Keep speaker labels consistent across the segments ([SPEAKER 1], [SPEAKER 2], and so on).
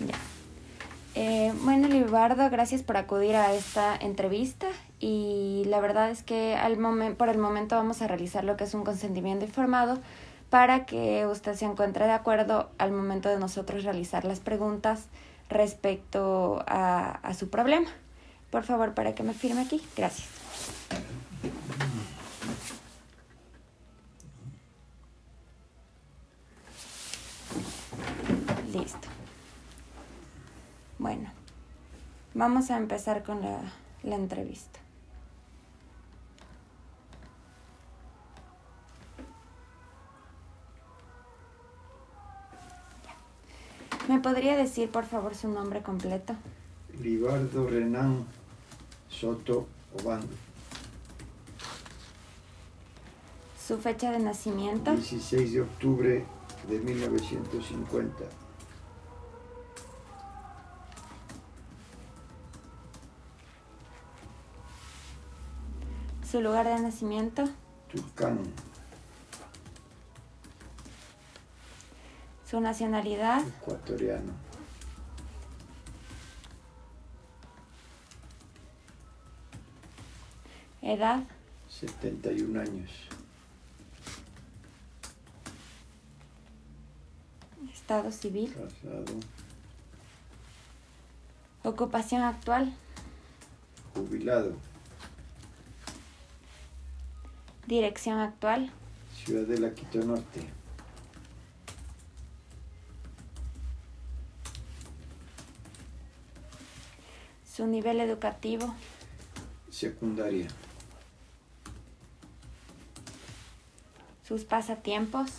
[SPEAKER 1] Ya. Eh, bueno, Libardo, gracias por acudir a esta entrevista y la verdad es que al momen- por el momento vamos a realizar lo que es un consentimiento informado para que usted se encuentre de acuerdo al momento de nosotros realizar las preguntas respecto a, a su problema. Por favor, para que me firme aquí. Gracias. Listo. Bueno, vamos a empezar con la, la entrevista. Ya. ¿Me podría decir, por favor, su nombre completo?
[SPEAKER 2] Libardo Renán Soto Obando,
[SPEAKER 1] ¿Su fecha de nacimiento?
[SPEAKER 2] 16 de octubre de 1950.
[SPEAKER 1] ¿Su lugar de nacimiento?
[SPEAKER 2] Turcán,
[SPEAKER 1] ¿Su nacionalidad?
[SPEAKER 2] ecuatoriano.
[SPEAKER 1] ¿Edad?
[SPEAKER 2] 71 años.
[SPEAKER 1] ¿Estado civil?
[SPEAKER 2] Casado,
[SPEAKER 1] ¿Ocupación actual?
[SPEAKER 2] jubilado.
[SPEAKER 1] ¿Dirección actual?
[SPEAKER 2] Ciudad de la Quito Norte.
[SPEAKER 1] ¿Su nivel educativo?
[SPEAKER 2] Secundaria.
[SPEAKER 1] ¿Sus pasatiempos?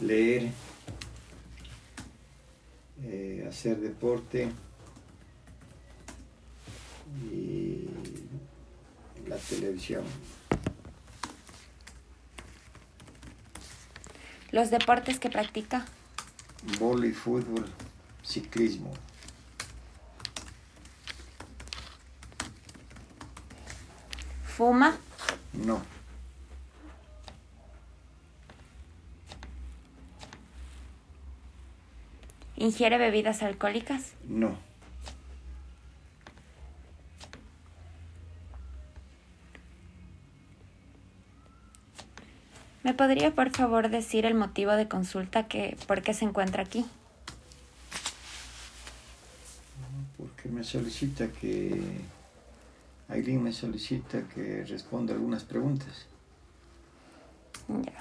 [SPEAKER 2] Leer. eh, hacer deporte. Y la televisión.
[SPEAKER 1] ¿Los deportes que practica?
[SPEAKER 2] Vóley, fútbol, ciclismo.
[SPEAKER 1] ¿Fuma?
[SPEAKER 2] No.
[SPEAKER 1] ¿Ingiere bebidas alcohólicas?
[SPEAKER 2] No,
[SPEAKER 1] ¿Me podría por favor decir el motivo de consulta que por qué se encuentra aquí?
[SPEAKER 2] porque me solicita que... Aileen me solicita que responda algunas preguntas.
[SPEAKER 1] Ya.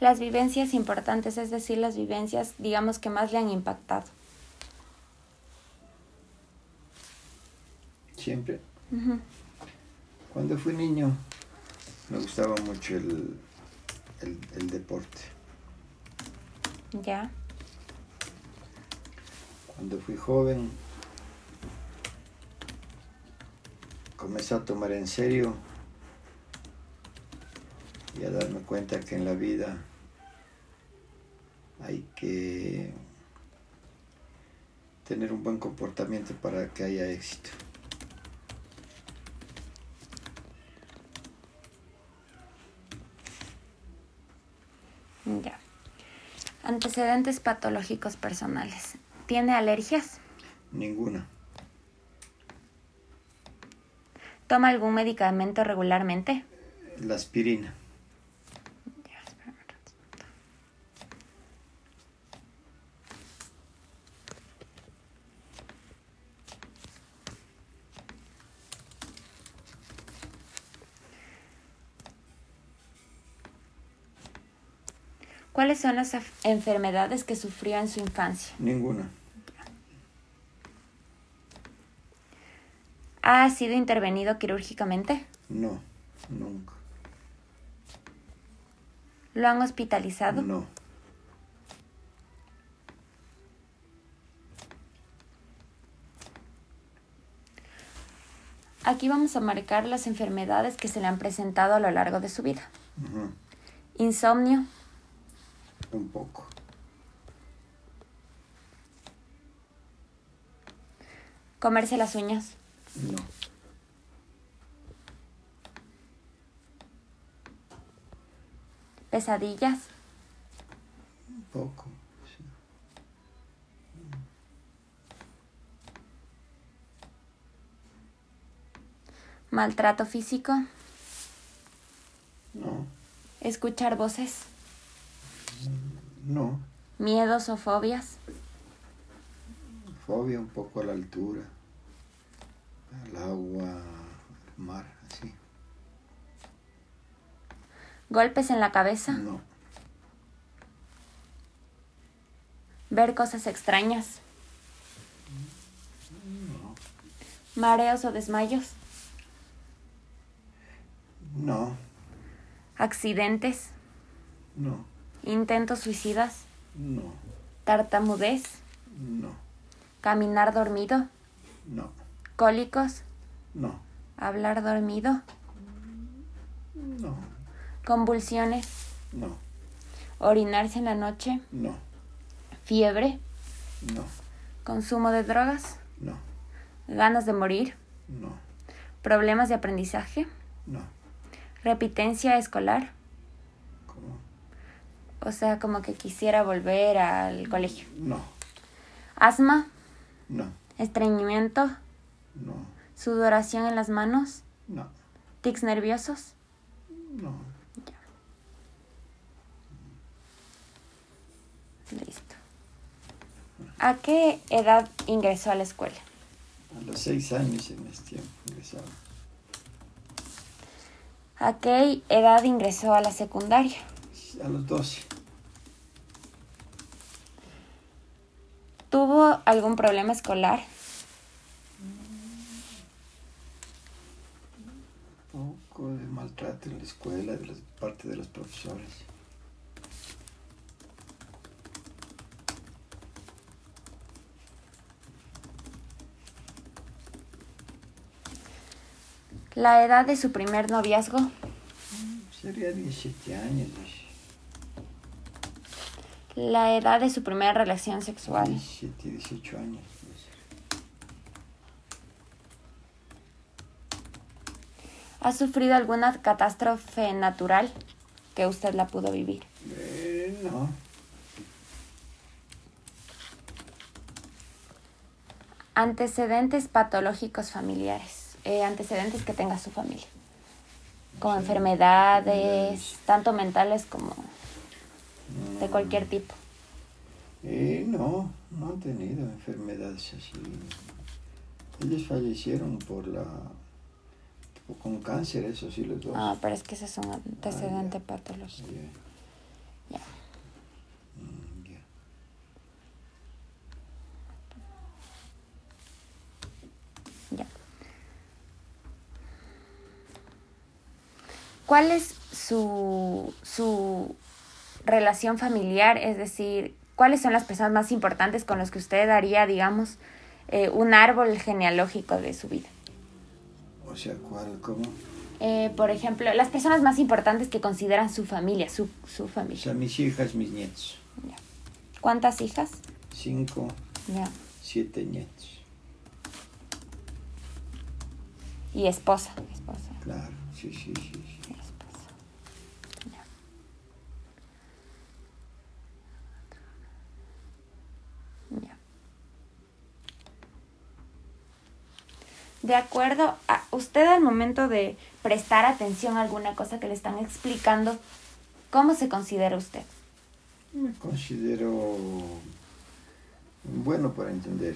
[SPEAKER 1] Las vivencias importantes, es decir, las vivencias digamos que más le han impactado.
[SPEAKER 2] Siempre.
[SPEAKER 1] Ujú.
[SPEAKER 2] Cuando fui niño me gustaba mucho el, el- el deporte.
[SPEAKER 1] Ya.
[SPEAKER 2] Cuando fui joven comencé a tomar en serio y a darme cuenta que en la vida hay que tener un buen comportamiento para que haya éxito.
[SPEAKER 1] Ya. Antecedentes patológicos personales. ¿Tiene alergias?
[SPEAKER 2] Ninguna.
[SPEAKER 1] ¿Toma algún medicamento regularmente?
[SPEAKER 2] La aspirina.
[SPEAKER 1] Ya, espérame un ratito. ¿Cuáles son las af- enfermedades que sufrió en su infancia?
[SPEAKER 2] Ninguna.
[SPEAKER 1] ¿Ha sido intervenido quirúrgicamente?
[SPEAKER 2] No. Nunca.
[SPEAKER 1] ¿Lo han hospitalizado?
[SPEAKER 2] No.
[SPEAKER 1] Aquí vamos a marcar las enfermedades que se le han presentado a lo largo de su vida.
[SPEAKER 2] Ujú.
[SPEAKER 1] Insomnio,
[SPEAKER 2] Un poco.
[SPEAKER 1] comerse las uñas,
[SPEAKER 2] No.
[SPEAKER 1] pesadillas,
[SPEAKER 2] Un poco. sí.
[SPEAKER 1] maltrato físico,
[SPEAKER 2] No.
[SPEAKER 1] escuchar voces,
[SPEAKER 2] No.
[SPEAKER 1] miedos o fobias,
[SPEAKER 2] Fobia un poco a la altura. Al agua. Al mar. Así.
[SPEAKER 1] golpes en la cabeza,
[SPEAKER 2] No.
[SPEAKER 1] ver cosas extrañas, mareos o desmayos,
[SPEAKER 2] No.
[SPEAKER 1] accidentes,
[SPEAKER 2] No.
[SPEAKER 1] intentos suicidas,
[SPEAKER 2] No.
[SPEAKER 1] tartamudez,
[SPEAKER 2] No.
[SPEAKER 1] caminar dormido,
[SPEAKER 2] No.
[SPEAKER 1] cólicos,
[SPEAKER 2] No.
[SPEAKER 1] hablar dormido,
[SPEAKER 2] No.
[SPEAKER 1] convulsiones,
[SPEAKER 2] No.
[SPEAKER 1] orinarse en la noche,
[SPEAKER 2] No.
[SPEAKER 1] fiebre,
[SPEAKER 2] No.
[SPEAKER 1] consumo de drogas,
[SPEAKER 2] No.
[SPEAKER 1] ganas de morir,
[SPEAKER 2] No.
[SPEAKER 1] problemas de aprendizaje,
[SPEAKER 2] No.
[SPEAKER 1] repitencia escolar,
[SPEAKER 2] ¿Cómo?
[SPEAKER 1] o sea, como que quisiera volver al colegio.
[SPEAKER 2] No.
[SPEAKER 1] Asma,
[SPEAKER 2] No.
[SPEAKER 1] estreñimiento,
[SPEAKER 2] No.
[SPEAKER 1] sudoración en las manos,
[SPEAKER 2] No.
[SPEAKER 1] tics nerviosos.
[SPEAKER 2] No.
[SPEAKER 1] Listo. ¿A qué edad ingresó a la escuela?
[SPEAKER 2] A los seis años en este tiempo ingresaba.
[SPEAKER 1] ¿A qué edad ingresó a la secundaria?
[SPEAKER 2] A los doce.
[SPEAKER 1] ¿Tuvo algún problema escolar?
[SPEAKER 2] Poco de maltrato en la escuela de las- parte de los profesores.
[SPEAKER 1] ¿La edad de su primer noviazgo?
[SPEAKER 2] Sería 17 años. dije.
[SPEAKER 1] ¿La edad de su primera relación sexual?
[SPEAKER 2] 17, 18 años. dije.
[SPEAKER 1] ¿Ha sufrido alguna catástrofe natural que usted la pudo vivir?
[SPEAKER 2] Eh, no.
[SPEAKER 1] Antecedentes patológicos familiares. eh, antecedentes que tenga su familia. Como
[SPEAKER 2] Sí.
[SPEAKER 1] enfermedades, tanto mentales como de
[SPEAKER 2] Mm,
[SPEAKER 1] cualquier tipo.
[SPEAKER 2] Eh, no, no han tenido enfermedades así. Ellos fallecieron por la... con cáncer, eso sí, los dos.
[SPEAKER 1] Ah, pero es que ese es un antecedente patológico.
[SPEAKER 2] Ya.
[SPEAKER 1] Ya.
[SPEAKER 2] Mm, ya.
[SPEAKER 1] Ya. ¿Cuál es su, su relación familiar? Es decir, ¿cuáles son las personas más importantes con las que usted haría, digamos, eh, un árbol genealógico de su vida?
[SPEAKER 2] O sea, ¿cuál? ¿Cómo?
[SPEAKER 1] Eh, por ejemplo, las personas más importantes que consideran su familia, su, su
[SPEAKER 2] O
[SPEAKER 1] familia.
[SPEAKER 2] sea, mis hijas, mis nietos.
[SPEAKER 1] ¿Cuántas hijas?
[SPEAKER 2] Cinco,
[SPEAKER 1] Ya.
[SPEAKER 2] siete nietos.
[SPEAKER 1] Y esposa. Esposa.
[SPEAKER 2] Claro, sí, sí, sí. sí.
[SPEAKER 1] esposa. Ya. Ya. De acuerdo, a usted al momento de prestar atención a alguna cosa que le están explicando, ¿cómo se considera usted?
[SPEAKER 2] Me considero mm, bueno para entender.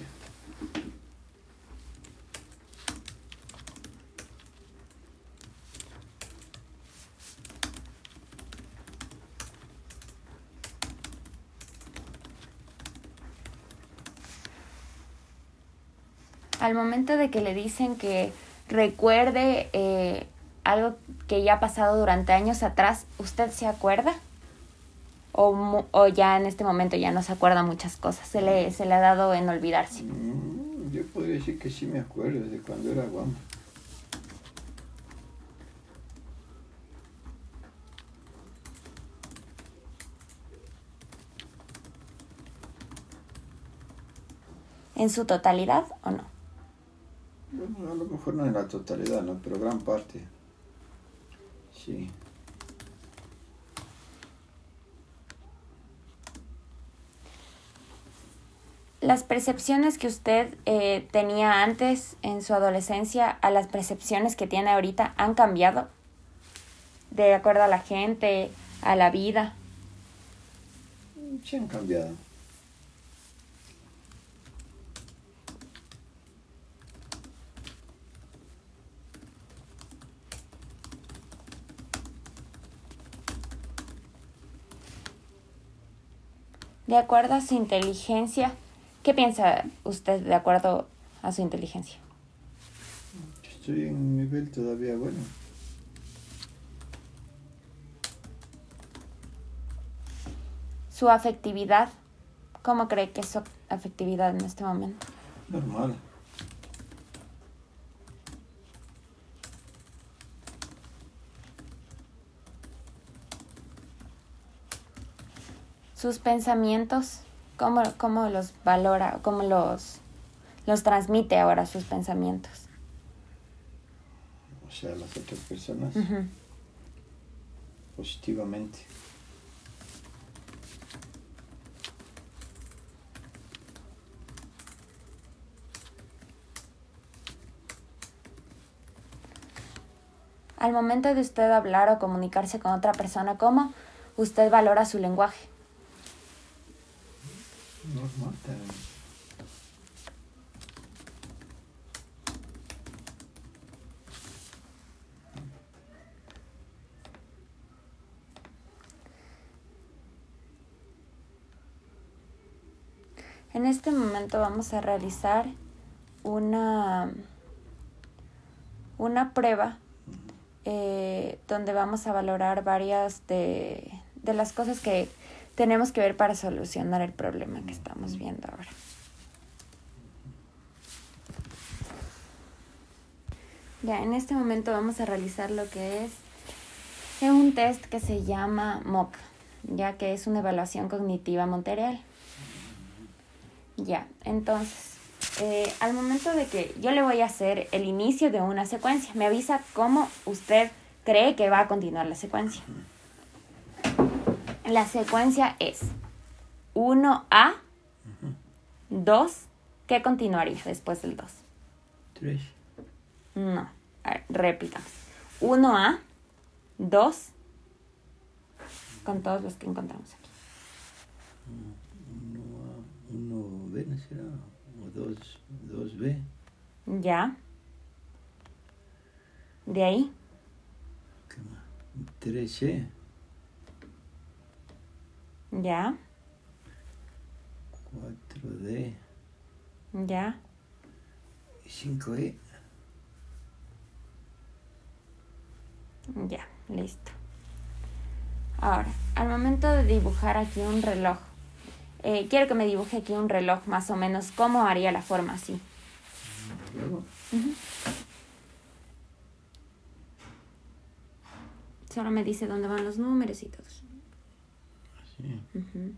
[SPEAKER 1] al momento de que le dicen que recuerde eh, algo que ya ha pasado durante años atrás, ¿usted se acuerda? O, mu- o ya en este momento ya no se acuerda muchas cosas, se le, se le ha dado en olvidarse.
[SPEAKER 2] Mm, Yo podría decir que sí me acuerdo de cuando era guamo.
[SPEAKER 1] ¿En su totalidad o no?
[SPEAKER 2] Bueno, a lo mejor no en la totalidad, ¿no? Pero gran parte. Sí.
[SPEAKER 1] ¿Las percepciones que usted eh, tenía antes en su adolescencia a las percepciones que tiene ahorita han cambiado? De acuerdo a la gente, a la vida.
[SPEAKER 2] Sí han cambiado.
[SPEAKER 1] De acuerdo a su inteligencia, ¿qué piensa usted de acuerdo a su inteligencia?
[SPEAKER 2] Estoy en un nivel todavía bueno.
[SPEAKER 1] Su afectividad, ¿cómo cree que es su afectividad en este momento?
[SPEAKER 2] Normal.
[SPEAKER 1] Sus pensamientos, ¿cómo, cómo los valora, cómo los, los transmite ahora sus pensamientos?
[SPEAKER 2] O sea, las otras personas
[SPEAKER 1] Ujú.
[SPEAKER 2] positivamente.
[SPEAKER 1] Al momento de usted hablar o comunicarse con otra persona, ¿cómo usted valora su lenguaje?
[SPEAKER 2] Normal también.
[SPEAKER 1] En este momento vamos a realizar una, una prueba eh, donde vamos a valorar varias de, de las cosas que tenemos que ver para solucionar el problema que estamos viendo ahora. Ya, en este momento vamos a realizar lo que es eh, un test que se llama MOC, ya que es una evaluación cognitiva monterial. Ya, entonces, eh, al momento de que yo le voy a hacer el inicio de una secuencia, me avisa cómo usted cree que va a continuar la secuencia. La secuencia es 1A, 2, ¿qué continuaría después del 2?
[SPEAKER 2] Tres.
[SPEAKER 1] No, a ver, repitamos. 1A, 2, con todos los que encontramos aquí.
[SPEAKER 2] Uno, A, uno B, ¿no será? O dos, dos B.
[SPEAKER 1] Ya. De ahí.
[SPEAKER 2] ¿Qué más? Tres C,
[SPEAKER 1] Ya,
[SPEAKER 2] cuatro D
[SPEAKER 1] ya,
[SPEAKER 2] y cinco E.
[SPEAKER 1] ya, listo. Ahora, al momento de dibujar aquí un reloj, eh, quiero que me dibuje aquí un reloj más o menos, ¿cómo haría la forma así?
[SPEAKER 2] Luego,
[SPEAKER 1] Solo me dice dónde van los números y todo. eso.
[SPEAKER 2] así.
[SPEAKER 1] Ujú.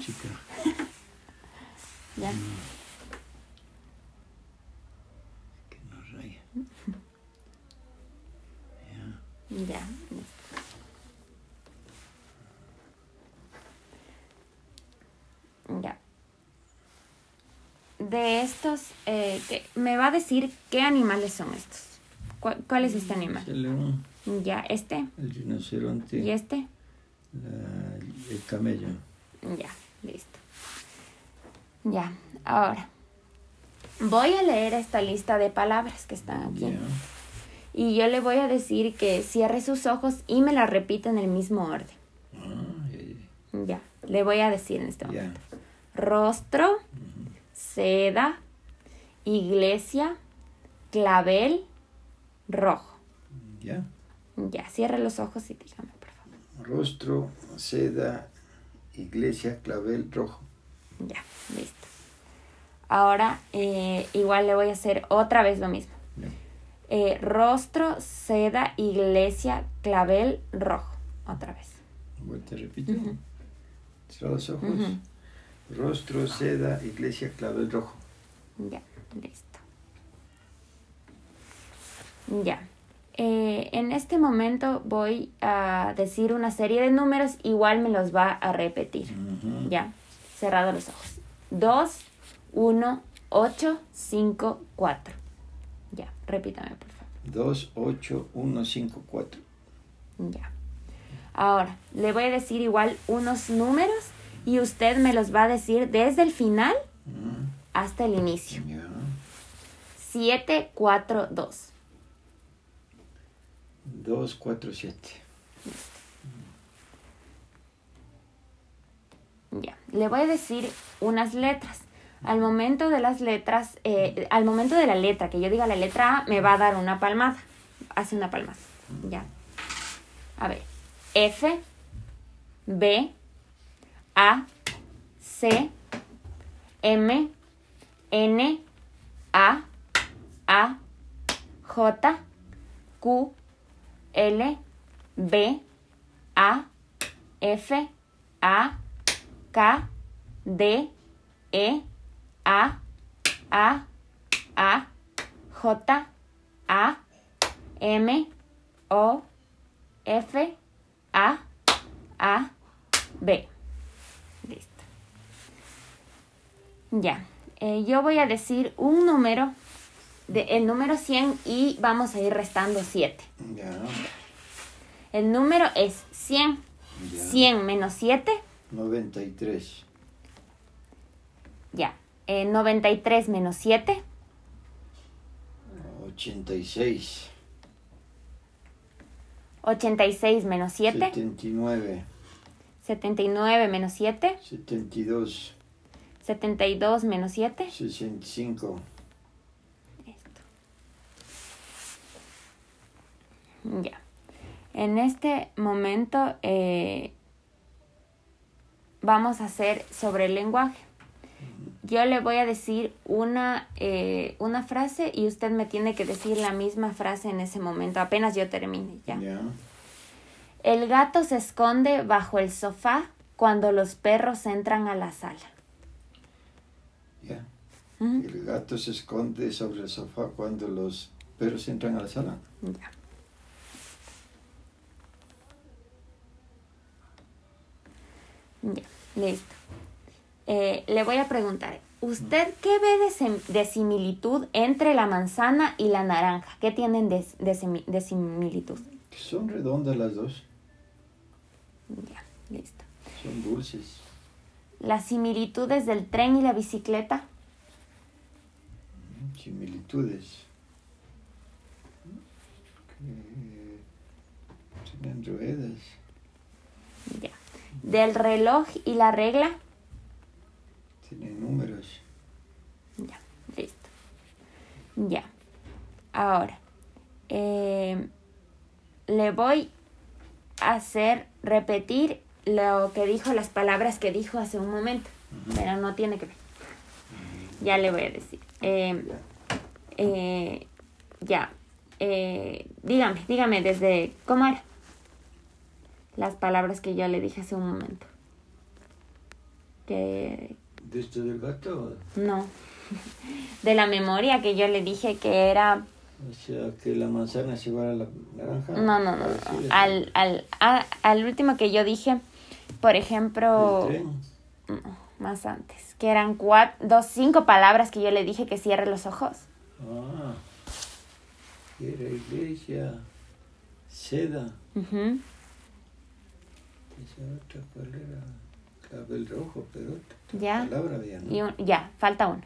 [SPEAKER 2] Chica.
[SPEAKER 1] Ya,
[SPEAKER 2] Que no raya.
[SPEAKER 1] ya. listo. Ya. De estos, eh, que- me va a decir qué animales son estos. ¿Cuál, cuál es este animal?
[SPEAKER 2] El león,
[SPEAKER 1] Ya, este
[SPEAKER 2] el rinoceronte,
[SPEAKER 1] y este.
[SPEAKER 2] la- el camello.
[SPEAKER 1] Ya, listo. Ya, Ah, ahora. Voy a leer esta lista de palabras que están aquí.
[SPEAKER 2] Ya.
[SPEAKER 1] y yo le voy a decir que cierre sus ojos y me la repita en el mismo orden.
[SPEAKER 2] Ah, ya, ya.
[SPEAKER 1] Ya, le voy a decir en este
[SPEAKER 2] Ya.
[SPEAKER 1] momento. Rostro,
[SPEAKER 2] Ujú.
[SPEAKER 1] seda, iglesia, clavel, rojo.
[SPEAKER 2] Ya.
[SPEAKER 1] Ya, cierre los ojos y dígame, por favor.
[SPEAKER 2] Rostro, seda, iglesia, clavel rojo.
[SPEAKER 1] Ya, listo. Ahora eh, igual le voy a hacer otra vez lo mismo.
[SPEAKER 2] Ya.
[SPEAKER 1] Eh, rostro, seda, iglesia, clavel, rojo. Otra vez.
[SPEAKER 2] Vuelta, repito.
[SPEAKER 1] Ujú.
[SPEAKER 2] Cierra los ojos.
[SPEAKER 1] Ujú.
[SPEAKER 2] Rostro, seda, iglesia, clavel rojo.
[SPEAKER 1] Ya, listo. Ya. Eh, en este momento voy a decir una serie de números, igual me los va a repetir.
[SPEAKER 2] Ujú.
[SPEAKER 1] Ya, cerrado los ojos. 2, 1, 8, 5, 4. Ya, repítame, por favor.
[SPEAKER 2] 2, 8, 1, 5, 4.
[SPEAKER 1] Ya. Ahora, le voy a decir igual unos números y usted me los va a decir desde el final hasta el inicio.
[SPEAKER 2] Ya.
[SPEAKER 1] 7, 4, 2.
[SPEAKER 2] 2, 4, 7.
[SPEAKER 1] Ya, le voy a decir unas letras. Al momento de las letras, eh, al momento de la letra, que yo diga la letra A, me va a dar una palmada. Hace una palmada. Ya. A ver. F, B, A, C, M, N, A, A, J, Q, L, B, A, F, A, K, D, E, A, A, A, J, A, M, O, F, A, A, B. Listo. Ya. Eh, yo voy a decir un número, de, el número 100 y vamos a ir restando 7.
[SPEAKER 2] Ya.
[SPEAKER 1] El número es 100.
[SPEAKER 2] Ya.
[SPEAKER 1] 100 menos 7,
[SPEAKER 2] 93.
[SPEAKER 1] ya. Eh, 93 menos 7,
[SPEAKER 2] 86.
[SPEAKER 1] 86 menos 7,
[SPEAKER 2] 79.
[SPEAKER 1] 79 menos 7,
[SPEAKER 2] 72.
[SPEAKER 1] 72 menos 7.
[SPEAKER 2] 65.
[SPEAKER 1] Esto. Ya. En este momento eh, vamos a hacer sobre el lenguaje. Yo le voy a decir una, eh, una frase y usted me tiene que decir la misma frase en ese momento, apenas yo termine. Ya.
[SPEAKER 2] Ya.
[SPEAKER 1] El gato se esconde bajo el sofá cuando los perros entran a la sala.
[SPEAKER 2] Ya.
[SPEAKER 1] Ujú.
[SPEAKER 2] El gato se esconde sobre el sofá cuando los perros entran a la sala.
[SPEAKER 1] Ya. Ya, listo. Eh, le voy a preguntar, ¿usted qué ve de, sem- de similitud entre la manzana y la naranja? ¿Qué tienen de, de semi- de similitud?
[SPEAKER 2] Son redondas las dos.
[SPEAKER 1] Ya, listo.
[SPEAKER 2] Son dulces.
[SPEAKER 1] ¿Las similitudes del tren y la bicicleta?
[SPEAKER 2] Similitudes. Que tienen ruedas.
[SPEAKER 1] Ya. ¿Del reloj y la regla?
[SPEAKER 2] Tienen números.
[SPEAKER 1] Ya, listo. Ya. Ahora, eh, le voy a hacer repetir lo que dijo, las palabras que dijo hace un momento, pero no tiene que ver.
[SPEAKER 2] Mm.
[SPEAKER 1] Ya le voy a decir. Eh,
[SPEAKER 2] Ya.
[SPEAKER 1] eh, ya. Eh, dígame, dígame desde cómo era. Las palabras que yo le dije hace un momento. Que,
[SPEAKER 2] ¿De esto del gato?
[SPEAKER 1] no. De la memoria que yo le dije que era.
[SPEAKER 2] O sea, que la manzana es igual a la naranja.
[SPEAKER 1] No, no, no. no.
[SPEAKER 2] Parecidas.
[SPEAKER 1] Al, al, a- al último que yo dije, por ejemplo.
[SPEAKER 2] ¿Del tren?
[SPEAKER 1] no, más antes. Que eran cuatro, dos, cinco palabras que yo le dije que cierre los ojos.
[SPEAKER 2] Ah. Era iglesia. Seda.
[SPEAKER 1] Ujú.
[SPEAKER 2] Esa otra, ¿cuál era? Clavel rojo, pero otra
[SPEAKER 1] Ya.
[SPEAKER 2] palabra había, ¿no?
[SPEAKER 1] Y un- ya, falta uno.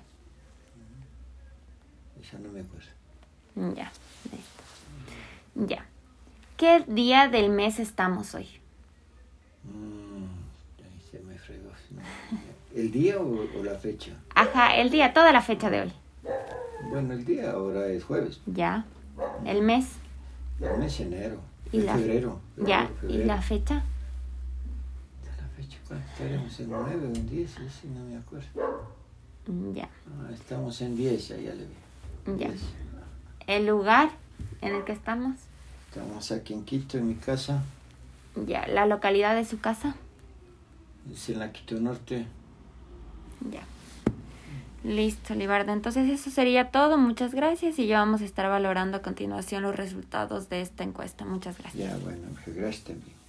[SPEAKER 2] Esa no me acuerdo.
[SPEAKER 1] Ya, listo. Ya. ¿Qué día del mes estamos hoy?
[SPEAKER 2] Mm, ahí se me fregó. No, ¿El día o, o la fecha?
[SPEAKER 1] Ajá, el día, toda la fecha de hoy.
[SPEAKER 2] Bueno, el día ahora es jueves.
[SPEAKER 1] Ya. El mes.
[SPEAKER 2] El mes enero.
[SPEAKER 1] Y
[SPEAKER 2] es
[SPEAKER 1] la-
[SPEAKER 2] febrero, febrero,
[SPEAKER 1] Ya. ¿Y
[SPEAKER 2] febrero.
[SPEAKER 1] la fecha?
[SPEAKER 2] La fecha, ¿cuál? Estaremos en 9 o en 10, sí, sí, no me acuerdo.
[SPEAKER 1] Ya.
[SPEAKER 2] Ah, estamos en 10, ya, ya le vi.
[SPEAKER 1] Ya.
[SPEAKER 2] 10.
[SPEAKER 1] El lugar en el que estamos.
[SPEAKER 2] Estamos aquí en Quito, en mi casa.
[SPEAKER 1] Ya. La localidad de su casa.
[SPEAKER 2] Es en la Quito Norte.
[SPEAKER 1] Ya. Listo, Libardo. Entonces eso sería todo. Muchas gracias y ya vamos a estar valorando a continuación los resultados de esta encuesta. Muchas gracias.
[SPEAKER 2] Ya, bueno, gracias también.